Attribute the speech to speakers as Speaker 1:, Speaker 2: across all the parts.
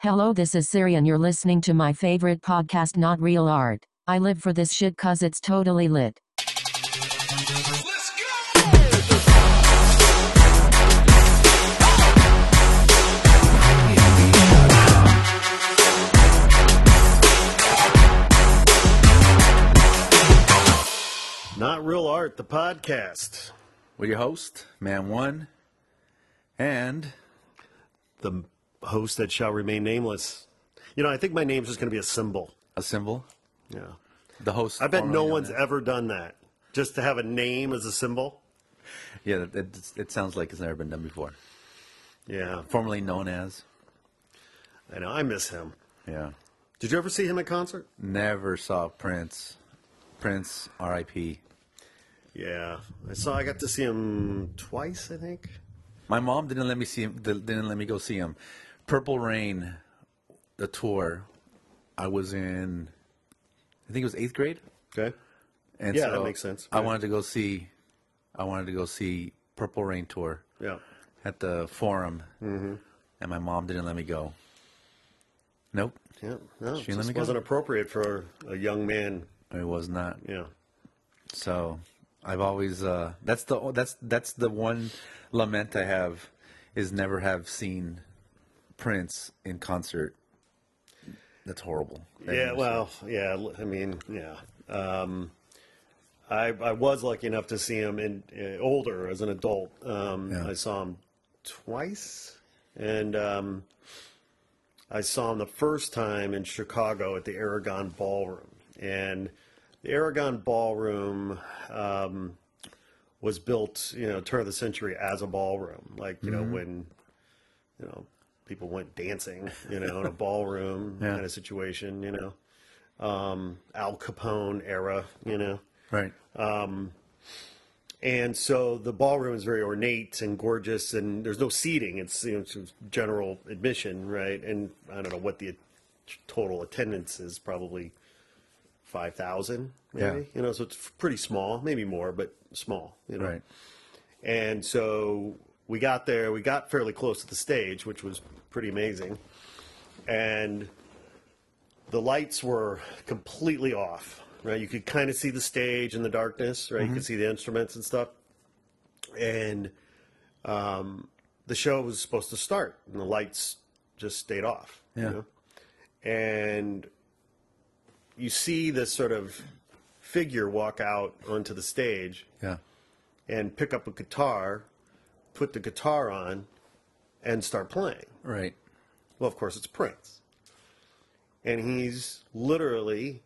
Speaker 1: Hello, this is Siri, and you're listening to my favorite podcast, Not Real Art. I live for this shit cause it's totally lit.
Speaker 2: Not Real Art, the podcast.
Speaker 3: With your host, Man One, and
Speaker 2: The host that shall remain nameless. You know, I think my name's just going to be a symbol.
Speaker 3: a symbol.
Speaker 2: Yeah.
Speaker 3: The host.
Speaker 2: I bet no
Speaker 3: formerly known
Speaker 2: one's
Speaker 3: as-
Speaker 2: ever done that. Just to have a name as a symbol.
Speaker 3: Yeah, it, it, it sounds like it's never been done before.
Speaker 2: Yeah.
Speaker 3: Formerly known as.
Speaker 2: I know. I miss him.
Speaker 3: Yeah.
Speaker 2: Did you ever see him at concert?
Speaker 3: Never saw Prince. Prince, R.I.P.
Speaker 2: Yeah. I saw, I got to see him twice, I think.
Speaker 3: My mom didn't let me see him. Didn't let me go see him. Purple Rain, the tour. I was in. I think it was eighth grade.
Speaker 2: Okay.
Speaker 3: And
Speaker 2: Yeah,
Speaker 3: so
Speaker 2: that makes sense.
Speaker 3: I
Speaker 2: Yeah.
Speaker 3: wanted to go see. I wanted to go see Purple Rain tour.
Speaker 2: Yeah.
Speaker 3: at the forum, and my mom didn't let me go. Nope,
Speaker 2: Yeah. No,
Speaker 3: She
Speaker 2: it
Speaker 3: let
Speaker 2: just
Speaker 3: me go?
Speaker 2: wasn't appropriate for a young man.
Speaker 3: it was not.
Speaker 2: Yeah.
Speaker 3: So I've always uh, that's the that's that's the one lament I have is never have seen Prince in concert. That's horrible.
Speaker 2: Yeah, well, yeah. l- I mean, yeah. Um, I I was lucky enough to see him in uh, older as an adult. Um,
Speaker 3: Yeah.
Speaker 2: I saw him twice, and um, I saw him the first time in Chicago at the Aragon Ballroom, and the Aragon Ballroom. Um, was built, you know, turn of the century as a ballroom, like you
Speaker 3: Mm-hmm.
Speaker 2: know when, you know, people went dancing, you know, in a ballroom
Speaker 3: Yeah.
Speaker 2: kind of situation, you know, um, Al Capone era, you know,
Speaker 3: right.
Speaker 2: and so the ballroom is very ornate and gorgeous, and there's no seating; it's you know, it's just general admission, right? And I don't know what the total attendance is, probably five thousand, maybe,
Speaker 3: Yeah.
Speaker 2: you know, so it's pretty small, maybe more, but small, you know.
Speaker 3: Right.
Speaker 2: And so we got there, we got fairly close to the stage, which was pretty amazing. And the lights were completely off, right? You could kind of see the stage in the darkness, right? You could see the instruments and stuff. And um, the show was supposed to start, and the lights just stayed off.
Speaker 3: Yeah.
Speaker 2: And you see this sort of figure walk out onto the stage
Speaker 3: Yeah.
Speaker 2: and pick up a guitar, put the guitar on, and start playing.
Speaker 3: Right.
Speaker 2: Well, of course, it's Prince. And he's literally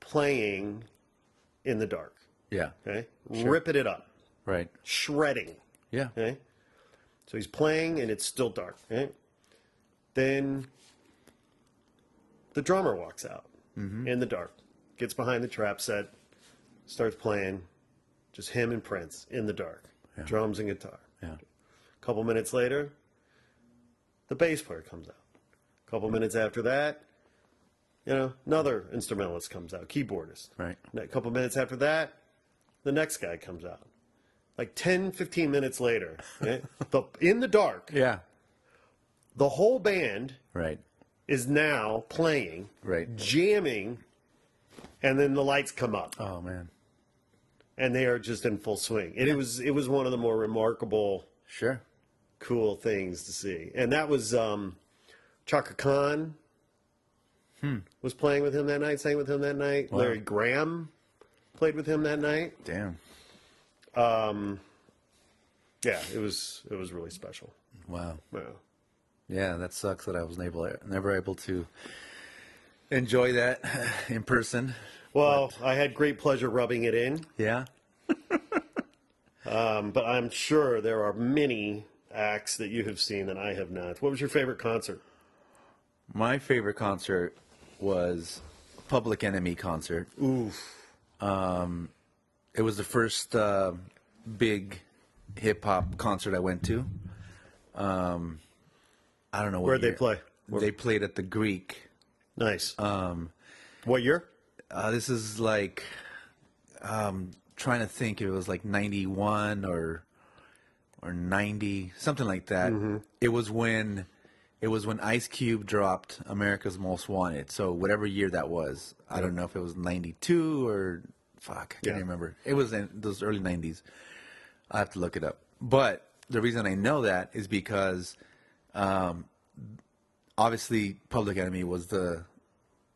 Speaker 2: playing in the dark,
Speaker 3: Yeah.
Speaker 2: okay? Ripping it up,
Speaker 3: Right.
Speaker 2: shredding,
Speaker 3: Yeah.
Speaker 2: okay? So he's playing and it's still dark, okay? Then the drummer walks out
Speaker 3: Mm-hmm.
Speaker 2: in the dark, gets behind the trap set, starts playing, just him and Prince in the dark, drums and guitar.
Speaker 3: Yeah.
Speaker 2: couple minutes later, the bass player comes out. couple minutes after that, you know, another instrumentalist comes out, keyboardist.
Speaker 3: Right.
Speaker 2: A couple minutes after that, the next guy comes out. Like 10, 15 minutes later, eh, the, in the dark,
Speaker 3: Yeah.
Speaker 2: the whole band
Speaker 3: Right.
Speaker 2: is now playing,
Speaker 3: Right.
Speaker 2: jamming, and then the lights come up.
Speaker 3: Oh man.
Speaker 2: And they are just in full swing. And it was it was one of the more remarkable
Speaker 3: Sure.
Speaker 2: cool things to see. And that was um, Chaka Khan was playing with him that night, sang with him that night. Larry Graham played with him that night.
Speaker 3: Damn.
Speaker 2: Yeah, it was it was really special.
Speaker 3: Wow.
Speaker 2: Yeah.
Speaker 3: Yeah, that sucks that I was never never able to enjoy that in person.
Speaker 2: Well, I had great pleasure rubbing it in,
Speaker 3: Yeah,
Speaker 2: um, but I'm sure there are many acts that you have seen that I have not. What was your favorite concert?
Speaker 3: my favorite concert was Public Enemy concert. Um,
Speaker 2: Oof.
Speaker 3: It was the first uh, big hip hop concert I went to. Um, I don't know what
Speaker 2: Where'd they
Speaker 3: year.
Speaker 2: play?
Speaker 3: They played at the Greek.
Speaker 2: Nice. Um, what year?
Speaker 3: Uh, this is like um, trying to think if it was like ninety one or or ninety something like that. It was when It was when Ice Cube dropped America's Most Wanted. So whatever year that was, I don't know if it was '92 or fuck, I can't
Speaker 2: Yeah.
Speaker 3: remember. It was in those early '90s. I have to look it up. But the reason I know that is because, um, obviously, Public Enemy was the,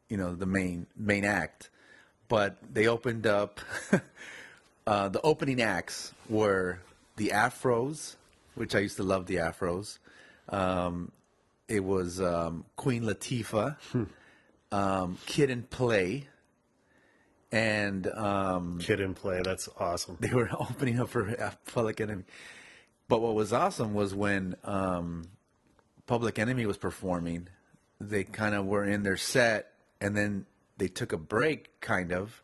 Speaker 3: you know, the main main act, but they opened up. uh, the opening acts were the Afros, which I used to love the Afros. Um, it was um, Queen Latifah, um, Kid and Play, and um,
Speaker 2: Kid in play. That's awesome.
Speaker 3: they were opening up for uh, Public Enemy. But what was awesome was when um, Public Enemy was performing, they kind of were in their set and then they took a break, kind of,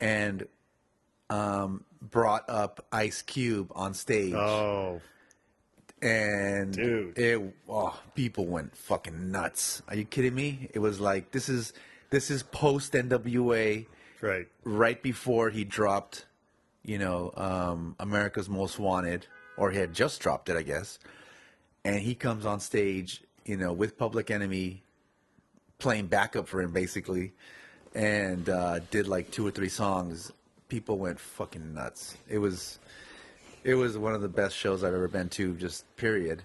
Speaker 3: and um, brought up Ice Cube on stage.
Speaker 2: Oh,
Speaker 3: and
Speaker 2: Dude.
Speaker 3: it oh, people went fucking nuts. Are you kidding me? It was like this is this is post NWA
Speaker 2: right.
Speaker 3: right before he dropped, you know, um, America's Most Wanted, or he had just dropped it, I guess. And he comes on stage, you know, with Public Enemy playing backup for him, basically, and uh, did like two or three songs. People went fucking nuts. It was, it was one of the best shows I've ever been to, just period.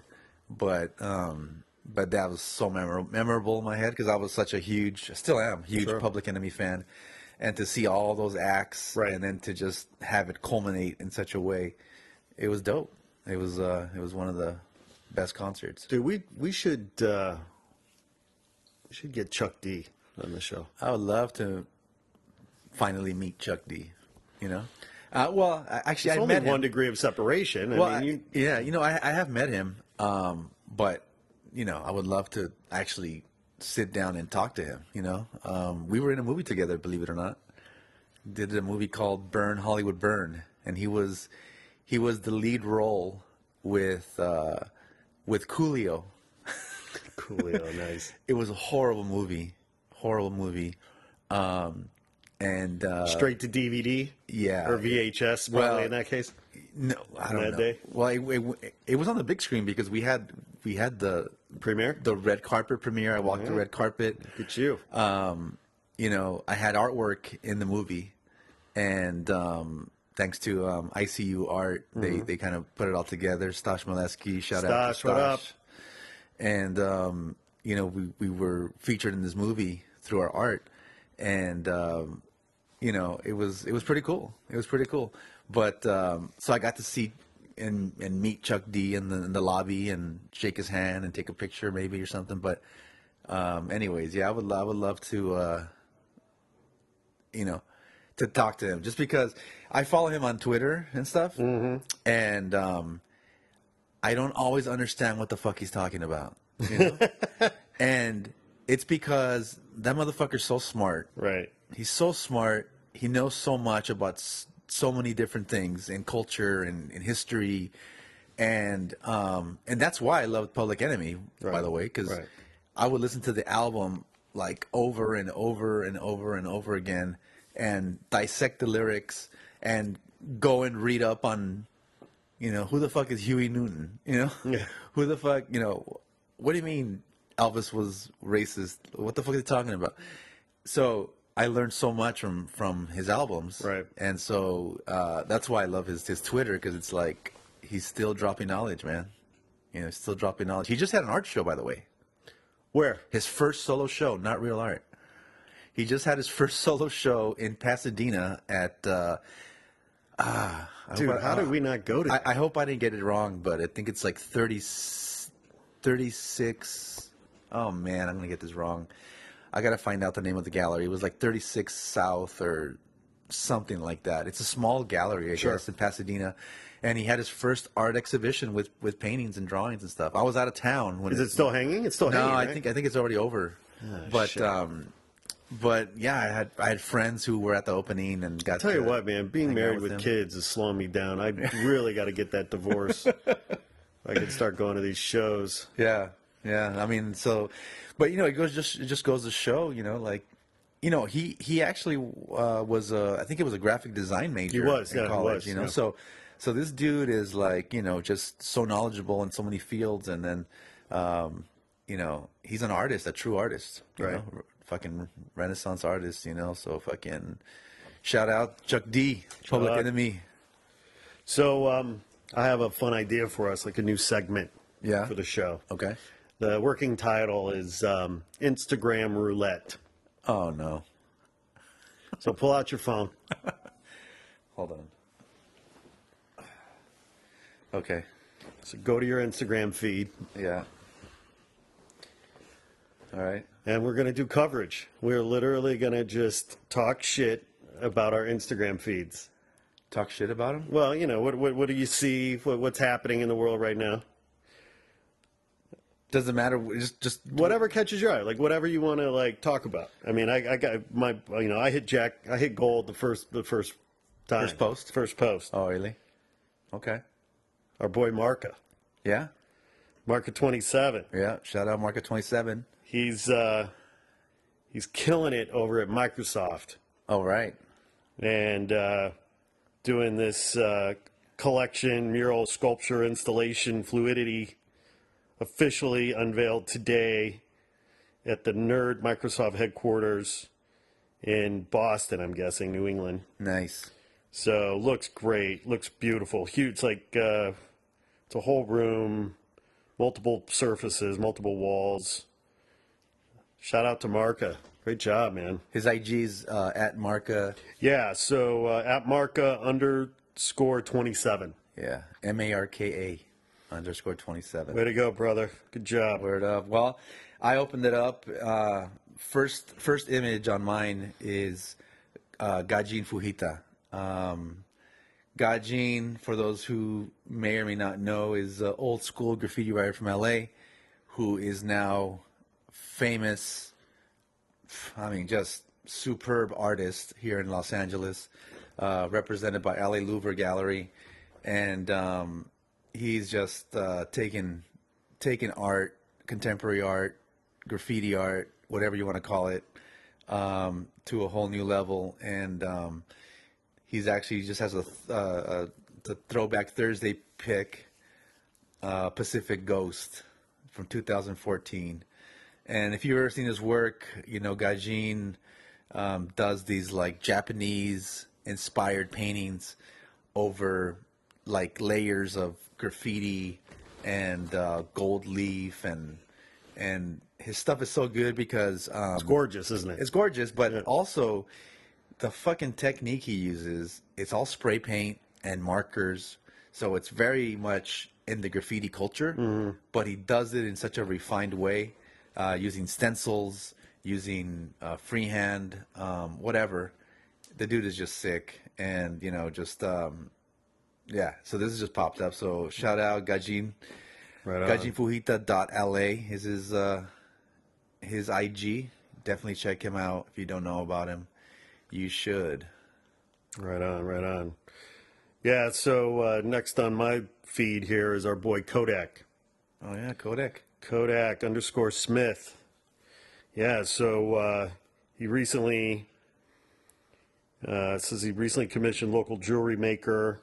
Speaker 3: But um, but that was so memor- memorable in my head because I was such a huge, still am, huge Public Enemy fan, and to see all those acts
Speaker 2: Right.
Speaker 3: and then to just have it culminate in such a way, it was dope. It was uh, it was one of the best concerts.
Speaker 2: Dude, we we should uh, we should get Chuck D on the show.
Speaker 3: I would love to finally meet Chuck D. You know, uh, well, I- actually,
Speaker 2: It's
Speaker 3: I
Speaker 2: only
Speaker 3: met
Speaker 2: one
Speaker 3: him.
Speaker 2: degree of separation.
Speaker 3: well,
Speaker 2: I
Speaker 3: I-
Speaker 2: mean, you,
Speaker 3: yeah, you know, I, I have met him, um, but you know, I would love to actually sit down and talk to him. You know, um, we were in a movie together, believe it or not. Did a movie called Burn Hollywood Burn, and he was he was the lead role with uh, with Coolio.
Speaker 2: Coolio, nice.
Speaker 3: It was a horrible movie, horrible movie, um, and uh,
Speaker 2: Straight to DVD.
Speaker 3: Yeah.
Speaker 2: Or VHS, probably
Speaker 3: Well,
Speaker 2: in that case.
Speaker 3: No, I don't
Speaker 2: that
Speaker 3: know.
Speaker 2: day?
Speaker 3: Well, it, it, it was on the big screen because we had we had the
Speaker 2: Premiere?
Speaker 3: the red carpet premiere. I walked the red carpet.
Speaker 2: Look at you.
Speaker 3: Um, you know, I had artwork in the movie, and um, thanks to um, ICU Art, they they kind of put it all together. Stash Molesky, shout out to
Speaker 2: Mm-hmm. Stash, what up?
Speaker 3: Stash. And um, you know, we we were featured in this movie through our art, and um, you know, it was it was pretty cool. It was pretty cool. But um, so I got to see and and meet Chuck D in the in the lobby and shake his hand and take a picture maybe or something. But um, anyways, yeah, I would lo- I would love to uh, you know to talk to him just because I follow him on Twitter and stuff, and um, I don't always understand what the fuck he's talking about. You know? and it's because that motherfucker's so smart.
Speaker 2: Right.
Speaker 3: He's so smart. He knows so much about s- so many different things in culture and in history, and um, and that's why I loved Public Enemy, by
Speaker 2: Right,
Speaker 3: the way, because
Speaker 2: right.
Speaker 3: I would listen to the album like over and over and over and over again, and dissect the lyrics and go and read up on, you know, who the fuck is Huey Newton? You know, who the fuck? You know, what do you mean Elvis was racist? What the fuck are you talking about? so I learned so much from from his albums,
Speaker 2: Right.
Speaker 3: And so uh, that's why I love his his Twitter because it's like he's still dropping knowledge, man. You know, he's still dropping knowledge. He just had an art show, by the way.
Speaker 2: Where?
Speaker 3: His first solo show, not real art. He just had his first solo show in Pasadena at. Uh, ah, I
Speaker 2: Dude,
Speaker 3: hope I-
Speaker 2: how did we not go to
Speaker 3: I, I hope I didn't get it wrong, but I think it's like 30, 36. Oh man, I'm gonna get this wrong. I gotta find out the name of the gallery. It was like 36 South or something like that. It's a small gallery, I
Speaker 2: Sure.
Speaker 3: guess, in Pasadena. And he had his first art exhibition with, with paintings and drawings and stuff. I was out of town when
Speaker 2: Is it still hanging? It's still
Speaker 3: no,
Speaker 2: hanging.
Speaker 3: I
Speaker 2: right? Ah,
Speaker 3: think I think it's already over. but
Speaker 2: shit.
Speaker 3: um, but yeah, I had I had friends who were at the opening and got.
Speaker 2: Tell you
Speaker 3: to
Speaker 2: what, man, being
Speaker 3: hang out
Speaker 2: married with
Speaker 3: him.
Speaker 2: kids is slowing me down. I really got to get that divorce. I could start going to these shows.
Speaker 3: Yeah, yeah. I mean, so, but you know, it goes just it just goes to show, you know, like, you know, he he actually uh, was a I think it was a graphic design major
Speaker 2: was,
Speaker 3: in
Speaker 2: yeah, he
Speaker 3: college,
Speaker 2: was,
Speaker 3: you know.
Speaker 2: yeah.
Speaker 3: So, so this dude is like, you know, just so knowledgeable in so many fields, and then, um, you know, he's an artist, a true artist, you
Speaker 2: Right.
Speaker 3: know, r- fucking Renaissance artist, you know. So fucking shout out Chuck D, Public
Speaker 2: Chuck.
Speaker 3: Enemy.
Speaker 2: So um, I have a fun idea for us, like a new segment
Speaker 3: Yeah.
Speaker 2: for the show.
Speaker 3: Okay.
Speaker 2: The working title is um, Instagram Roulette.
Speaker 3: Oh no.
Speaker 2: So pull out your phone.
Speaker 3: Hold on. Okay.
Speaker 2: So go to your Instagram feed,
Speaker 3: Yeah. All right.
Speaker 2: and we're going to do coverage. We're literally going to just talk shit about our Instagram feeds.
Speaker 3: Talk shit about him.
Speaker 2: Well, you know, what, what, what do you see? What, what's happening in the world right now?
Speaker 3: Doesn't matter. we- Just just
Speaker 2: Whatever catches your eye, like whatever you want to like talk about. I mean, I, I got my, you know, I hit Jack, I hit gold the first, the first time.
Speaker 3: First post?
Speaker 2: First post.
Speaker 3: Oh really? Okay.
Speaker 2: Our boy Marca,
Speaker 3: Yeah.
Speaker 2: Marca 27.
Speaker 3: Yeah. Shout out Market Twenty Seven.
Speaker 2: He's, uh, he's killing it over at Microsoft.
Speaker 3: All right.
Speaker 2: and uh, doing this uh, collection mural sculpture installation fluidity officially unveiled today at the nerd microsoft headquarters in boston i'm guessing new england
Speaker 3: Nice.
Speaker 2: so looks great looks beautiful huge like uh, it's a whole room multiple surfaces multiple walls shout out to marca great job man
Speaker 3: His IG's uh, at Marca.
Speaker 2: Yeah, so uh, at Marca underscore 27.
Speaker 3: Yeah. M A R K A underscore twenty seven.
Speaker 2: Way to go, brother. Good job.
Speaker 3: Word up. Well, I opened it up. Uh, first, first image on mine is uh, Gajin Fujita. Um, Gajin, for those who may or may not know, is an old school graffiti writer from LA who is now famous. I mean, just superb artist here in Los Angeles, uh, represented by LA Louvre Gallery, and um, he's just uh, taken taken art, contemporary art, graffiti art, whatever you want to call it, um, to a whole new level. And um, he's actually just has a, th- uh, uh the throwback Thursday pick, uh, Pacific Ghost, from 2014. And if you've ever seen his work, you know Gajin um, does these like Japanese inspired paintings over like layers of graffiti and uh, gold leaf and and his stuff is so good because um,
Speaker 2: It's gorgeous, isn't it?
Speaker 3: it's gorgeous, but also the fucking technique he uses, it's all spray paint and markers. So it's very much in the graffiti culture, but he does it in such a refined way uh, using stencils, using uh, freehand, um, whatever. The dude is just sick. And, you know, just, um, yeah. So this has just popped up. So shout out Gajin.
Speaker 2: Right on.
Speaker 3: Gajinfujita.la is his uh, his IG. Definitely check him out if you don't know about him. You should.
Speaker 2: Right on, right on. Yeah, so uh, next on my feed here is our boy Kodak.
Speaker 3: Oh yeah, Kodak.
Speaker 2: Kodak underscore Smith. Yeah, so uh, he recently uh, says he recently commissioned local jewelry maker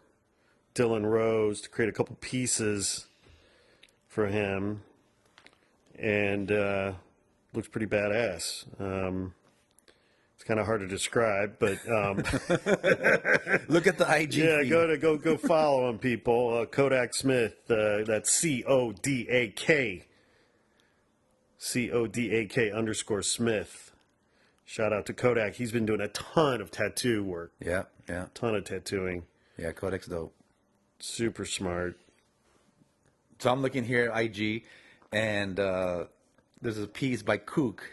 Speaker 2: Dylan Rose to create a couple pieces for him, and uh, looks pretty badass. Um, it's kind of hard to describe, but um,
Speaker 3: Look at the IG.
Speaker 2: yeah,
Speaker 3: feed.
Speaker 2: go to go go follow him, people. Uh, Kodak Smith. Uh, that's C O D A K. C O D A K underscore Smith. Shout out to Kodak. He's been doing a ton of tattoo work,
Speaker 3: Yeah, yeah,
Speaker 2: ton of tattooing.
Speaker 3: yeah. Kodak's dope.
Speaker 2: Super smart.
Speaker 3: So I'm looking here at IG, and uh, there's a piece by Kook.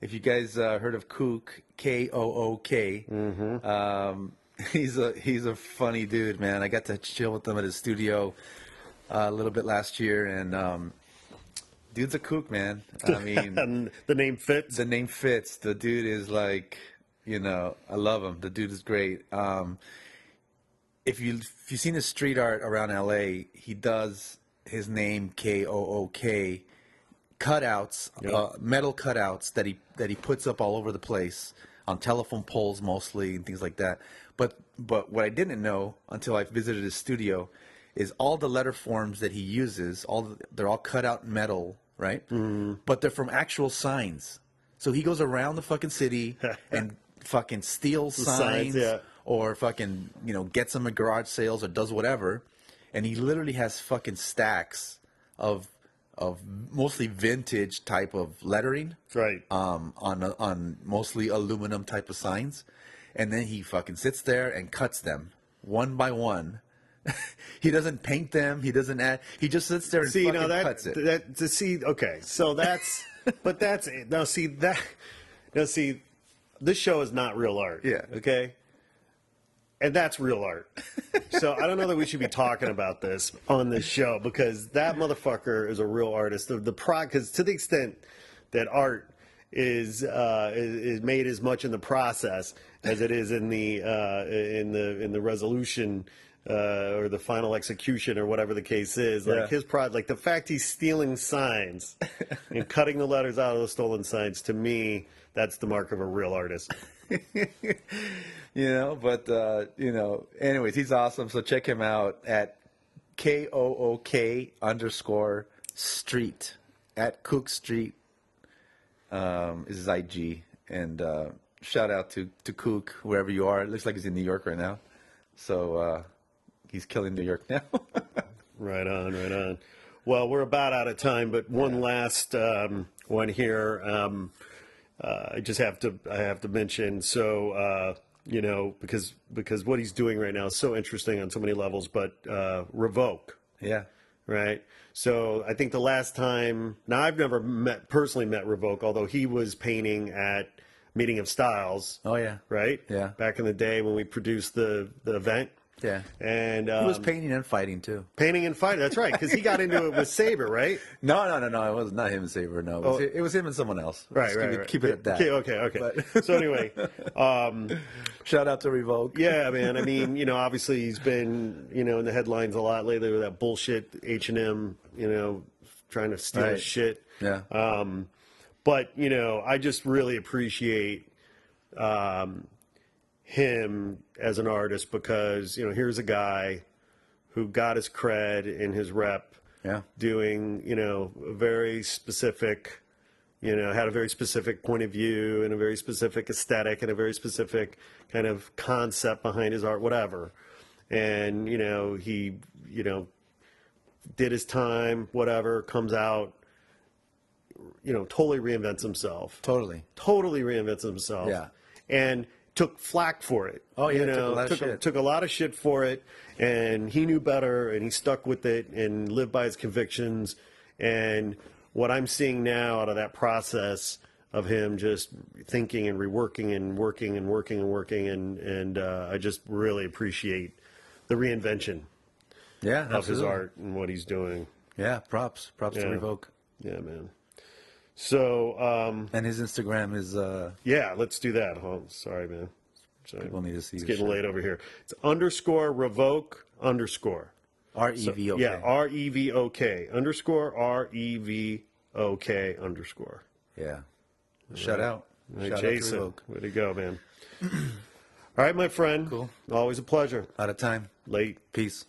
Speaker 3: If you guys uh, heard of Kook, K O O K, um, he's a he's a funny dude, man. I got to chill with him at his studio uh, a little bit last year, and um, dude's a kook, man. I mean,
Speaker 2: And the name fits.
Speaker 3: the name fits. The dude is like, you know, I love him. The dude is great. Um, if you if you've seen his street art around LA, he does his name K O O K cutouts, uh, metal cutouts that he that he puts up all over the place on telephone poles mostly and things like that. But but what I didn't know until I visited his studio is all the letter forms that he uses. All the, they're all cut out metal right? But they're from actual signs. So he goes around the fucking city and fucking steals
Speaker 2: signs,
Speaker 3: signs,
Speaker 2: yeah.
Speaker 3: or fucking, you know, gets them at garage sales or does whatever. And he literally has fucking stacks of of mostly vintage type of lettering
Speaker 2: Right.
Speaker 3: um, on on mostly aluminum type of signs, and then he fucking sits there and cuts them one by one. he doesn't paint them. He doesn't add. He just sits there and
Speaker 2: see
Speaker 3: fucking
Speaker 2: now that,
Speaker 3: cuts it.
Speaker 2: that to see okay so that's but that's it now see that now see this show is not real art
Speaker 3: Yeah.
Speaker 2: okay and that's real art so i don't know that we should be talking about this on this show because that motherfucker is a real artist the, the prod because to the extent that art is, uh, is is made as much in the process as it is in the uh, in the in the resolution uh, or the final execution or whatever the case is like
Speaker 3: Yeah.
Speaker 2: his prod like the fact he's stealing signs and cutting the letters out of the stolen signs to me that's the mark of a real artist
Speaker 3: you know, but uh, you know. Anyways, he's awesome. So check him out at k o o k underscore street at Cook Street um, is his IG. And uh, shout out to to Cook wherever you are. It looks like he's in New York right now. So uh, he's killing New York now.
Speaker 2: Right on, right on. Well, we're about out of time, but one last um, one here. Um, uh, I just have to I have to mention. So uh, you know because because what he's doing right now is so interesting on so many levels. But uh, revoke,
Speaker 3: yeah.
Speaker 2: right? So I think the last time now I've never met personally met revoke, although he was painting at Meeting of Styles,
Speaker 3: Oh yeah.
Speaker 2: right?
Speaker 3: Yeah.
Speaker 2: Back in the day when we produced the the event.
Speaker 3: Yeah.
Speaker 2: And
Speaker 3: He was
Speaker 2: um,
Speaker 3: painting and fighting too.
Speaker 2: Painting and fighting. That's right, because he got into it with Saber, right?
Speaker 3: No, no, no, no. It was not him and Saber. No, it was, it was him and someone else.
Speaker 2: Right,
Speaker 3: Just
Speaker 2: right,
Speaker 3: keep, it-
Speaker 2: right.
Speaker 3: Keep it at that.
Speaker 2: Okay, okay, okay.
Speaker 3: But-
Speaker 2: so anyway, um,
Speaker 3: Shout out to Revoke.
Speaker 2: yeah, man. I mean, you know, obviously he's been, you know, in the headlines a lot lately with that bullshit H and M, you know, trying to steal his
Speaker 3: Right.
Speaker 2: shit.
Speaker 3: Yeah.
Speaker 2: Um, but you know, I just really appreciate um, him as an artist because you know, here's a guy who got his cred and his rep.
Speaker 3: yeah.
Speaker 2: doing, you know, a very specific, you know, had a very specific point of view and a very specific aesthetic and a very specific kind of concept behind his art, whatever. And, you know, he, you know, did his time, whatever, comes out, you know, totally reinvents himself
Speaker 3: Totally.
Speaker 2: totally reinvents himself.
Speaker 3: Yeah.
Speaker 2: And took flack for it.
Speaker 3: Oh, yeah,
Speaker 2: you
Speaker 3: took a
Speaker 2: know,
Speaker 3: lot
Speaker 2: took,
Speaker 3: of shit.
Speaker 2: took a lot of shit for it, and he knew better, and he stuck with it, and lived by his convictions. And what I'm seeing now out of that process of him just thinking and reworking and working and working and working, and and uh, I just really appreciate the reinvention
Speaker 3: Yeah.
Speaker 2: of his art and what he's doing.
Speaker 3: Yeah. Props. Props
Speaker 2: Yeah.
Speaker 3: to Revoke.
Speaker 2: Yeah, man. So um,
Speaker 3: And his Instagram is uh
Speaker 2: Yeah, let's do that. Oh, sorry, man. Sorry.
Speaker 3: People need to see
Speaker 2: It's
Speaker 3: your
Speaker 2: getting
Speaker 3: shit.
Speaker 2: late over here. It's underscore revoke underscore.
Speaker 3: R E V O K.
Speaker 2: Yeah, R E V O K underscore R E V O K underscore.
Speaker 3: Yeah. Shout out.
Speaker 2: Hey,
Speaker 3: Shout out to
Speaker 2: Jason,
Speaker 3: Revoke.
Speaker 2: way to go, man. All right, my friend.
Speaker 3: Cool.
Speaker 2: Always a pleasure.
Speaker 3: Out of time.
Speaker 2: Late.
Speaker 3: Peace.